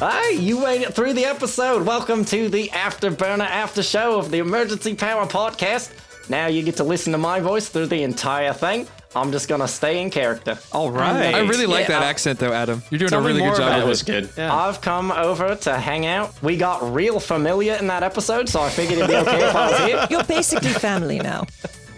Hi, you made it through the episode. Welcome to the Afterburner After Show of the Emergency Power Podcast. Now you get to listen to my voice through the entire thing. I'm just gonna stay in character. Oh, All right. I really like Yeah, that I- accent though, Adam. You're doing Tell a me really more good about job it. of was it. good. Yeah. I've come over to hang out. We got real familiar in that episode, so I figured it'd be okay if I was here. You're basically family now.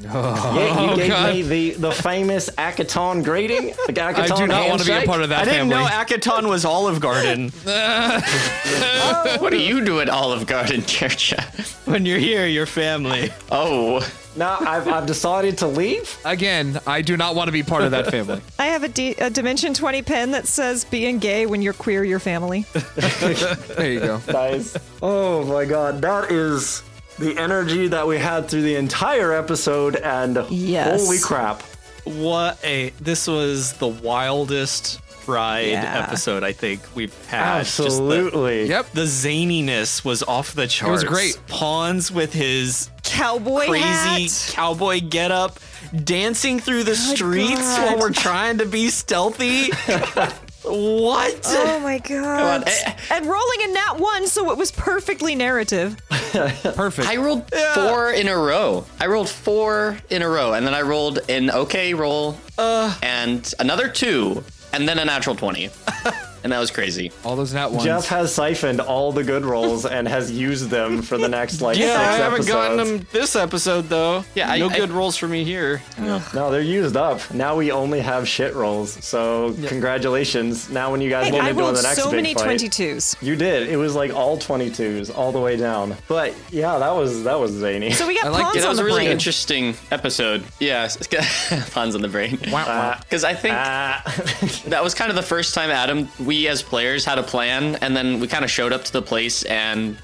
Yeah, you Oh, gave God. me the, the famous Akaton greeting. The Akaton I do not want to be a handshake. part of that I didn't family. know Akaton was Olive Garden. Oh. What do you do at Olive Garden, Kircha? when you're here, your family. Oh, No, I've, I've decided to leave. Again, I do not want to be part of that family. I have a, D- a Dimension 20 pen that says being gay when you're queer, your family. There you go. guys. Oh my god, that is the energy that we had through the entire episode, and Yes. holy crap. What a this was the wildest ride Yeah. episode I think we've had. Ah, Just the- Absolutely. Yep. the zaniness was off the charts. was great. Pawns with his Cowboy crazy hat. cowboy getup, dancing through the streets God. while we're trying to be stealthy. what? Oh my god. and rolling in that one, so it was perfectly narrative. Perfect. I rolled four in a row. I rolled four in a row, and then I rolled an okay roll, Uh. and another two, and then a natural twenty, and that was crazy. All those nat ones. Jeff has siphoned all the good rolls and has used them for the next like Yeah, six I haven't episodes. gotten them this episode though. Yeah, I- no I- good rolls for me here. No, they're used up. Now we only have shit rolls. So congratulations. Now when you guys want I me to go to rolled the next so big many fight, 22s. you did. It was like all 22s all the way down. But yeah, that was that was zany. So we got I like- pawns yeah, Yeah, that on was the a really brain. interesting episode. Yeah, puns on the brain. Wah, Uh, wah. Because I think Ah. that was kind of the first time, Adam, we as players had a plan, and then we kind of showed up to the place and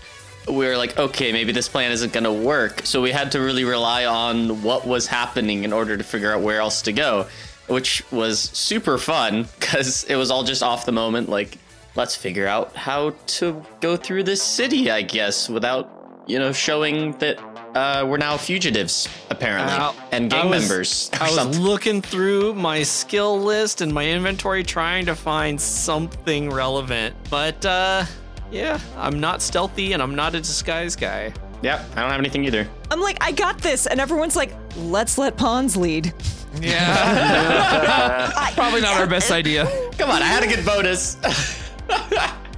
we were like, okay, maybe this plan isn't going to work. So we had to really rely on what was happening in order to figure out where else to go, which was super fun because it was all just off the moment. Like, let's figure out how to go through this city, I guess, without, you know, showing that. Uh, we're now fugitives, apparently, Ow. and Uh, I gang was- members. or I was something. looking through my skill list and my inventory trying to find something relevant. But uh yeah, I'm not stealthy and I'm not a disguise guy. Yep, I don't have anything either. I'm like, I got this. And everyone's like, let's let pawns lead. Yeah. Probably not our best idea. Come on, I had a good bonus.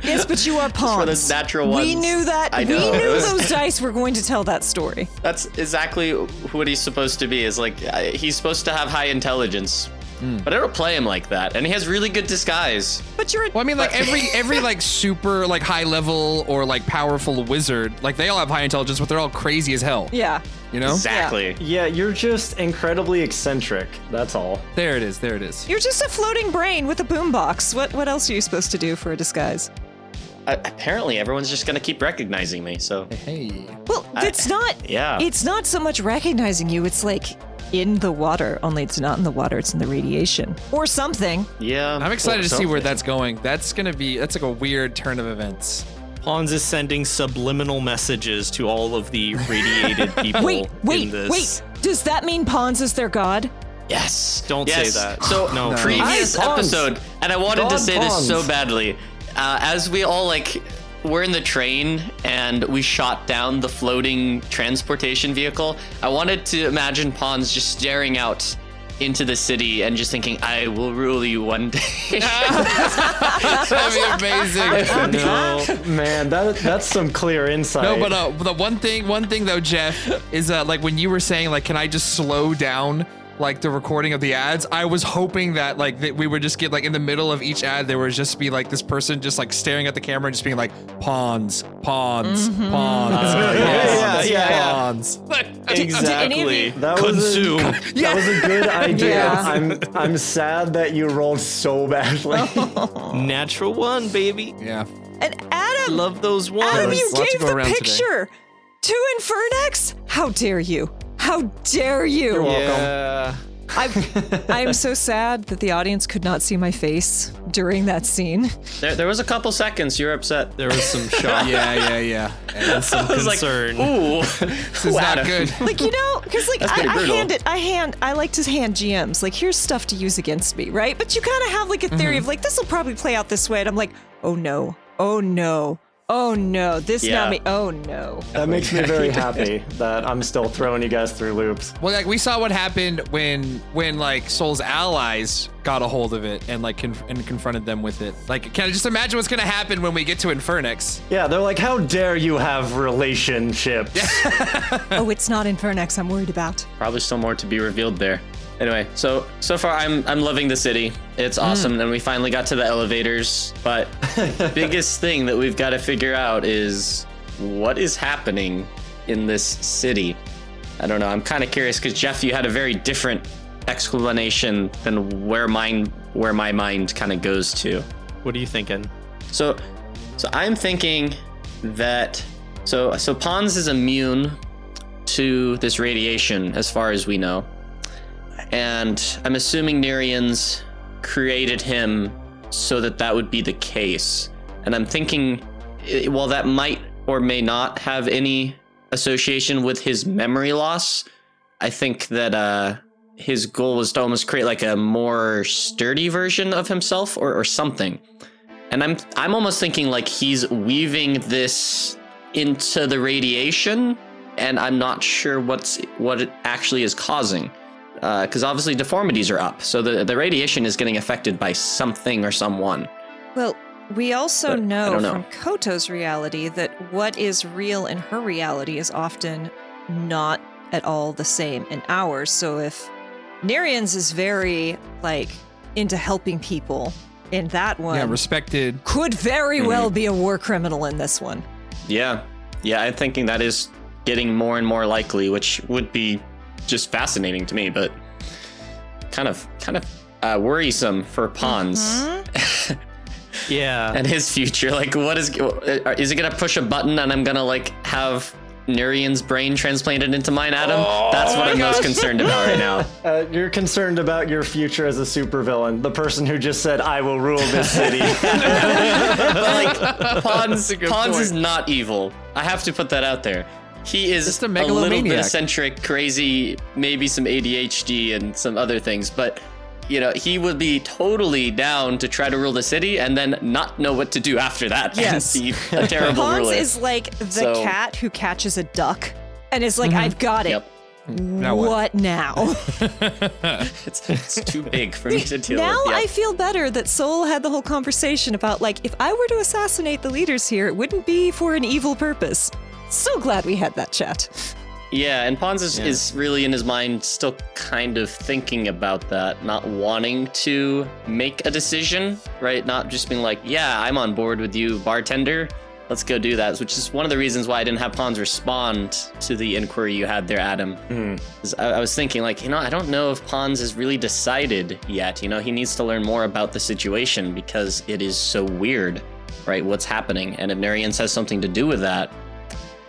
Yes, but you are pawns. those natural We ones. knew that. I know. We knew those dice were going to tell that story. That's exactly what he's supposed to be. Is like uh, he's supposed to have high intelligence, Hmm. but I don't play him like that. And he has really good disguise. But you're a Well, I mean, like every every like super like high level or like powerful wizard, like they all have high intelligence, but they're all crazy as hell. yeah. You know. Exactly. yeah, you're just incredibly eccentric. That's all. There it is. There it is. You're just a floating brain with a boombox. What what else are you supposed to do for a disguise? Uh, apparently, everyone's just gonna keep recognizing me. So Hey. Well, it's not. yeah. It's not so much recognizing you. It's like in the water. Only it's not in the water. It's in the radiation or something. yeah, I'm excited to see where that's going. That's gonna be. That's like a weird turn of events. Pawns is sending subliminal messages to all of the radiated people Wait, in wait, this. wait. Does that mean Pawns is their god? Yes. Don't Yes. say that. So No. previous Hi, Pons. episode, and I wanted to God, say Pons. this so badly. Uh, as we all like, we're in the train and we shot down the floating transportation vehicle. I wanted to imagine Pons just staring out into the city and just thinking, "I will rule you one day." That'd be amazing. No. Man, that that's some clear insight. No, but uh, the one thing, one thing though, Jeff, is uh, like when you were saying, like, can I just slow down like the recording of the ads? I was hoping that like that we would just get like in the middle of each ad, there would just be like this person just like staring at the camera and just being like pawns, pawns, pawns, Mm-hmm. yeah, pawns, yeah, yeah. pawns. Exactly. That was a- Consume. that was a good idea. Yeah. I'm I'm sad that you rolled so badly. Oh. Natural one, baby. Yeah. And Adam, Love those ones. Adam, you Lots gave to go the around today. picture to Infernex. How dare you? How dare you? yeah. I, I am so sad that the audience could not see my face during that scene. there, there was a couple seconds. You're upset. There was some shock Yeah, yeah, yeah. and some I was like, concern. "Ooh, This is not good. Like you know, because like I, pretty I brutal. hand it, I hand, I like to hand GMs like here's Mm-hmm. stuff to use against me, right? But you kind of have like a theory of like this will probably play out this way, and I'm like, oh no, oh no, oh no, this Yeah. not me, oh no. That makes me very happy that I'm still throwing you guys through loops. Well, like we saw what happened when when like Soul's allies got a hold of it and like conf- and confronted them with it. Like, can I just imagine what's gonna happen when we get to Infernex? Yeah, they're like, how dare you have relationships? oh, it's not Infernax I'm worried about. Probably still more to be revealed there. Anyway, so so far I'm I'm loving the city. It's awesome, and we finally got to the elevators. But biggest thing that we've got to figure out is what is happening in this city. I don't know. I'm kind of curious because Jeff, you had a very different explanation than where mine where my mind kind of goes to. What are you thinking? So, so I'm thinking that so so Pons is immune to this radiation, as far as we know, and I'm assuming Nerians created him so that that would be the case. And I'm thinking, eh, while that might or may not have any association with his memory loss, I think that uh, his goal was to almost create like a more sturdy version of himself or, or something and I'm I'm almost thinking like he's weaving this into the radiation, and I'm not sure what's what it actually is causing, because obviously deformities are up, so the the radiation is getting affected by something or someone. Well, we also But I know, don't know. from Koto's reality that what is real in her reality is often not at all the same in ours. So if Nerian's is very like into helping people in that one, Yeah, respected. could very Mm-hmm. well be a war criminal in this one. Yeah, yeah, I'm thinking that is getting more and more likely, which would be just fascinating to me, but kind of kind of uh, worrisome for Pons. Yeah. and his future. Like, what is is it gonna push a button and I'm gonna like have Nurian's brain transplanted into mine, Adam? That's what I'm most concerned about right now. Uh, you're concerned about your future as a supervillain, the person who just said, I will rule this city. But like, Pons, That's a good Pons point. is not evil. I have to put that out there. He is Just a a, little bit megalomaniac. eccentric, crazy, maybe some ADHD and some other things, but. You know, he would be totally down to try to rule the city and then not know what to do after that. Yes. And be a terrible Pons ruler. is like the So- Mm-hmm. cat who catches a duck and is like, I've got it. Mm. Yep. Now what? what? now? It's, it's too big for me to deal now with. Yeah. I feel better that Soul had the whole conversation about like if I were to assassinate the leaders here, it wouldn't be for an evil purpose. So glad we had that chat. Yeah, and Pons is, is really in his mind still kind of thinking about that, not wanting to make a decision, right? Not just being like, yeah, I'm on board with you, bartender. Let's go do that, which is one of the reasons why I didn't have Pons respond to the inquiry you had there, Adam. 'Cause I, I was thinking, like, you know, I don't know if Pons has really decided yet. You know, he needs to learn more about the situation because it is so weird, right? What's happening. And if Narians has something to do with that,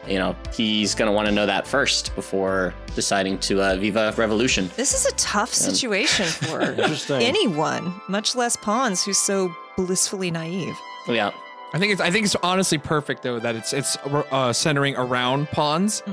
you know, he's going to want to know that first before deciding to uh, Viva Revolution. This is a tough situation for Interesting. anyone, much less Pons, who's so blissfully naive. Yeah. I think it's I think it's honestly perfect though that it's it's uh, centering around Pawns.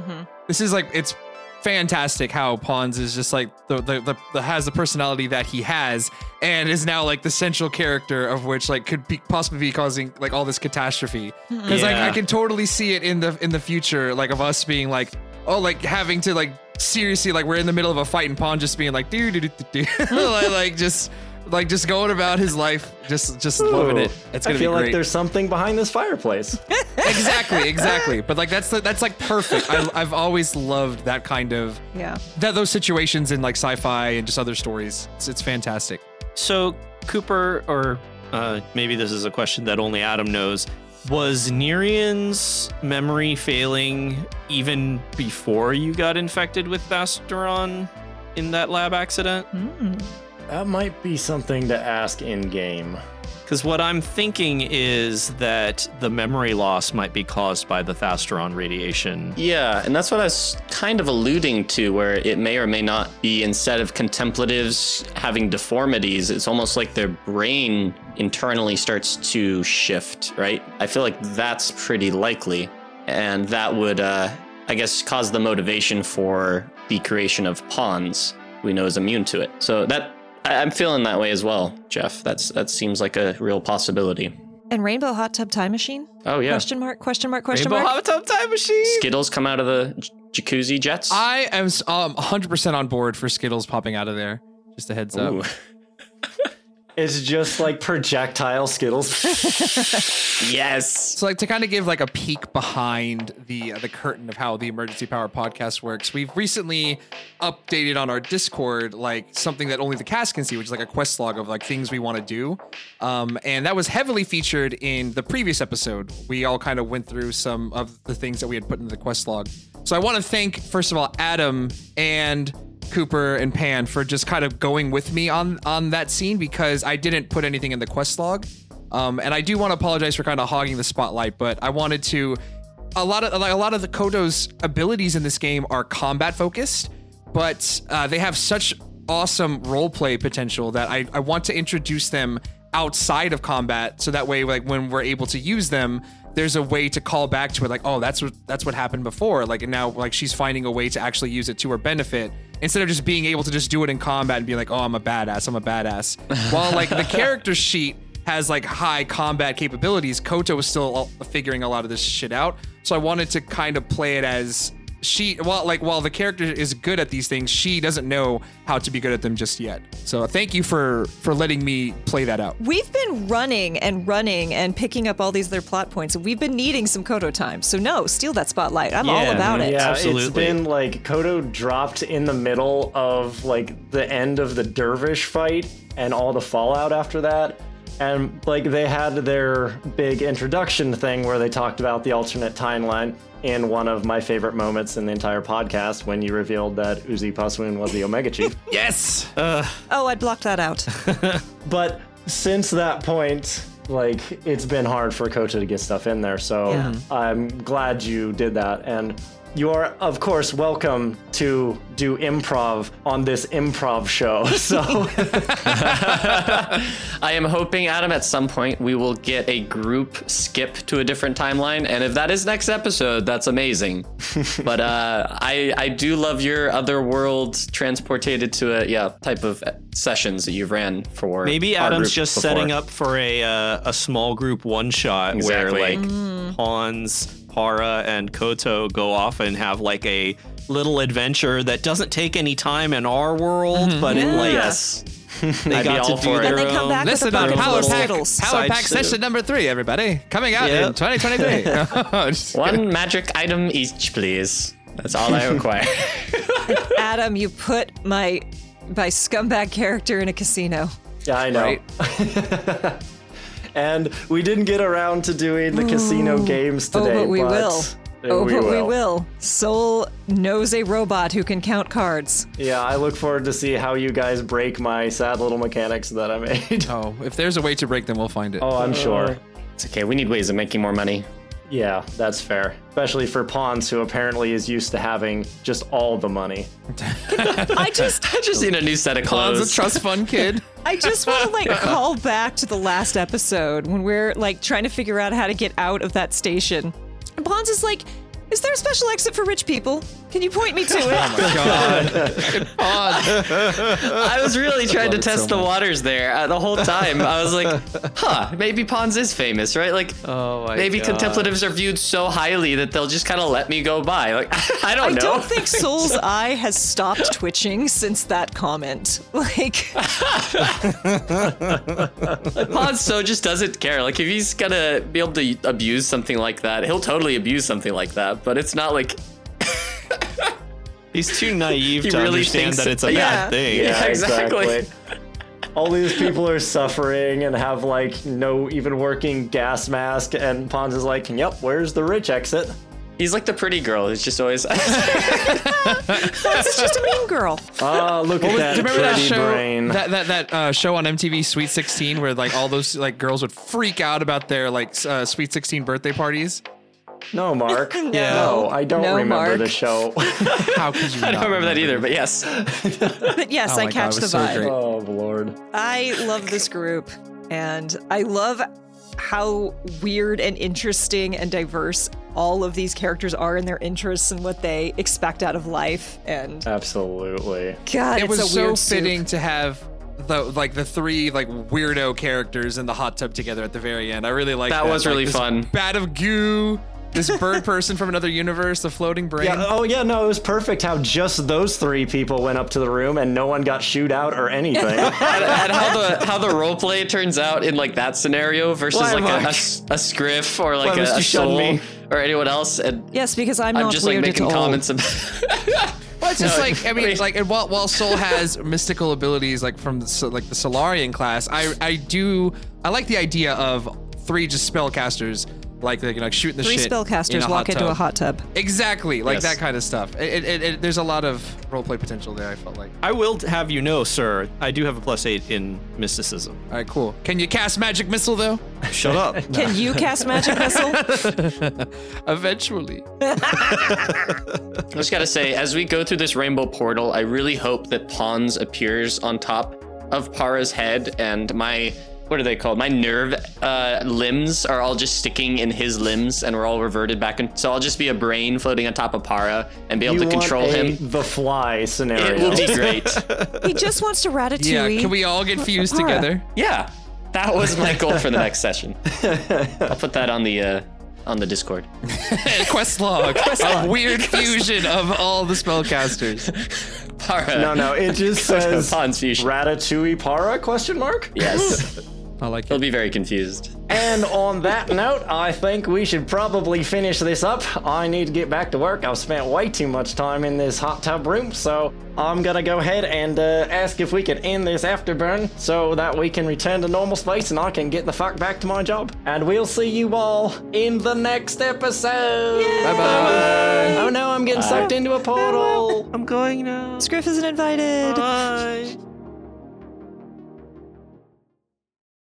This is like it's fantastic how Pawns is just like the, the the the has the personality that he has and is now like the central character of which like could be possibly be causing like all this catastrophe because like I Yeah. can totally see it in the in the future like of us being like oh like having to like seriously like we're in the middle of a fight and Pawn just being like do do do do like like, just like just going about his life just just loving it it's gonna I feel be great like there's something behind this fireplace. exactly, exactly. But like that's that's like perfect. I, I've always loved that kind of Yeah. that those situations in like sci-fi and just other stories. It's, it's fantastic. So, Cooper, or uh, maybe this is a question that only Adam knows. Was Nerian's memory failing even before you got infected with Basteron in that lab accident? that might be something to ask in game. Because what I'm thinking is that the memory loss might be caused by the Thasteron radiation. Yeah, and that's what I was kind of alluding to, where it may or may not be instead of contemplatives having deformities, it's almost like their brain internally starts to shift, right? I feel like that's pretty likely. And that would, uh, I guess, cause the motivation for the creation of pawns we know is immune to it. So that. I- I'm feeling that way as well, Jeff. That's that seems like a real possibility. And Rainbow Hot Tub Time Machine? Oh yeah. Question mark? Question mark? Question Rainbow mark? Hot Tub Time Machine. Skittles come out of the j- jacuzzi jets. I am s- um 100% on board for Skittles popping out of there. Just a heads up. Ooh. It's just like projectile Skittles. yes. So like to kind of give like a peek behind the uh, the curtain of how the Emergency Power podcast works. We've recently updated on our Discord like something that only the cast can see, which is like a quest log of like things we want to do. Um, and that was heavily featured in the previous episode. We all kind of went through some of the things that we had put into the quest log. So I want to thank first of all Adam and Cooper and Pan for just kind of going with me on on that scene because I didn't put anything in the quest log. Um, and I do want to apologize for kind of hogging the spotlight, but I wanted to a lot of like a lot of the Kodo's abilities in this game are combat focused, but uh, they have such awesome role play potential that I, I want to introduce them outside of combat so that way like when we're able to use them there's a way to call back to it like oh that's what that's what happened before like and now like she's finding a way to actually use it to her benefit instead of just being able to just do it in combat and be like oh i'm a badass i'm a badass while like the character sheet has like high combat capabilities koto was still uh, figuring a lot of this shit out so i wanted to kind of play it as she while like while the character is good at these things, she doesn't know how to be good at them just yet. So thank you for for letting me play that out. We've been running and running and picking up all these other plot points, and we've been needing some Kodo time. So no, steal that spotlight. I'm all Yeah, about it. yeah, Absolutely. it's been like Kodo dropped in the middle of like the end of the Dervish fight and all the fallout after that. And like they had their big introduction thing where they talked about the alternate timeline in one of my favorite moments in the entire podcast when you revealed that Uzi Paswoon was the Omega Chief. Yes. Oh, I blocked that out. But since that point, like it's been hard for Kota to get stuff in there. So Yeah. I'm glad you did that. And you are, of course, welcome to do improv on this improv show. So I am hoping, Adam, at some point we will get a group skip to a different timeline, and if that is next episode, that's amazing. but uh, I I do love your other world transported to a yeah type of sessions that you've ran for. Maybe our Adam's group just before. setting up for a uh, a small group one shot where Exactly. like Mm. Hans, Hara, and Koto go off and have like a little adventure that doesn't take any time in our world, but it like Yes, they Mm-hmm. I'd be got to all do for it. their and they own- come back Listen with a to bucket full Power of Pack, skittles. Power Pack Sideshow. session number three, everybody coming out in Yep. 2023. Just kidding. one magic item each, please. That's all I require. Adam, you put my my scumbag character in a casino. yeah, I know. Right. And we didn't get around to doing the casino games Oh, today. but we will. Oh, we but we will. will. Soul knows a robot who can count cards. Yeah, I look forward to see how you guys break my sad little mechanics that I made. Oh, if there's a way to break them, we'll find it. Oh, I'm sure. it's okay. We need ways of making more money. Yeah, that's fair. Especially for Pons, who apparently is used to having just all the money. I just I just need a new set of Hans, clothes. a trust fund kid. I just want to like call back to the last episode when we're like trying to figure out how to get out of that station. And Bonds is like, "Is there a special exit for rich people? Can you point me to Oh it?" Hans. I was really trying to it so test the much. waters there uh, the whole time. I was like, huh, maybe Pons is famous, right? Like, Oh my maybe God. contemplatives are viewed so highly that they'll just kind of let me go by. Like, I I don't know. don't think Soul's eye has stopped twitching since that comment. Like, Pons so just doesn't care. Like, if he's gonna be able to abuse something like that, he'll totally abuse something like that. But it's not like, He's too naive He to really understand thinks- that it's a Yeah. bad thing. Yeah. exactly. all these people are suffering and have like no even working gas mask, and Pons is like, "Yep, where's the rich exit?" he's like the pretty girl. He's just always. Bonds is just a mean girl. Ah, look at that Do you remember that pretty show? brain. That that that uh, show on MTV, Sweet 16, where like all those like girls would freak out about their like s- uh, Sweet 16 birthday parties. no, Mark. No. no, I don't No, remember Mark. the show. How could you? I don't remember that either. But yes, But yes, Oh I my God, catch it the was so vibe. great. oh lord. I love this group, and I love how weird and interesting and diverse all of these characters are in their interests and what they expect out of life. And Absolutely. God, Uh, it it's was a so weird soup. fitting to have the like the three like weirdo characters in the hot tub together at the very end. I really like that. That was Like, really this fun. Bat of goo, this bird person from another universe, the floating brain. Yeah, oh yeah, no, it was perfect how just those three people went up to the room and no one got shooed out or anything. and, and how the how the role play turns out in like that scenario versus Why, like a, a, Mark? s- a scriff or Why like a, must a you shun soul me? or anyone else and Yes, because I'm, I'm not just weird like making at all. comments about Well, it's just No, like I mean, wait. like and while while Soul has mystical abilities like from the, Sol- like the Solarian class, I I do I like the idea of three just spellcasters like they can like shoot the Three shit. spellcasters in a walk hot into a tub. hot tub. Exactly, like Yes. that kind of stuff. It, it, it, there's a lot of roleplay potential there. I felt like. I will have you know, sir, I do have a plus eight in mysticism. All right, cool. Can you cast magic missile though? Shut up. Can you cast magic missile? Eventually. I just gotta say, as we go through this rainbow portal, I really hope that Pons appears on top of Para's head and my what are they called? My nerve uh, limbs are all just sticking in his limbs, and we're all reverted back. And so I'll just be a brain floating on top of Para and be able You to want control a him. The fly scenario. It will be great. he just wants to ratatouille. Yeah. Can we all get fused Papara. together? yeah, that was my goal for the next session. I'll put that on the uh, on the Discord. Quest log. A weird fusion of all the spellcasters. Para. no, no, it just says Pons fusion. Ratatouille Para question mark. yes, I like he'll it. be very confused. And on that note, I think we should probably finish this up. I need to get back to work. I've spent way too much time in this hot tub room, so I'm gonna go ahead and uh, ask if we can end this afterburn so that we can return to normal space and I can get the fuck back to my job. And we'll see you all in the next episode. Bye bye. Oh no, I'm getting sucked into a portal. I'm going now. Scriff isn't invited. Bye.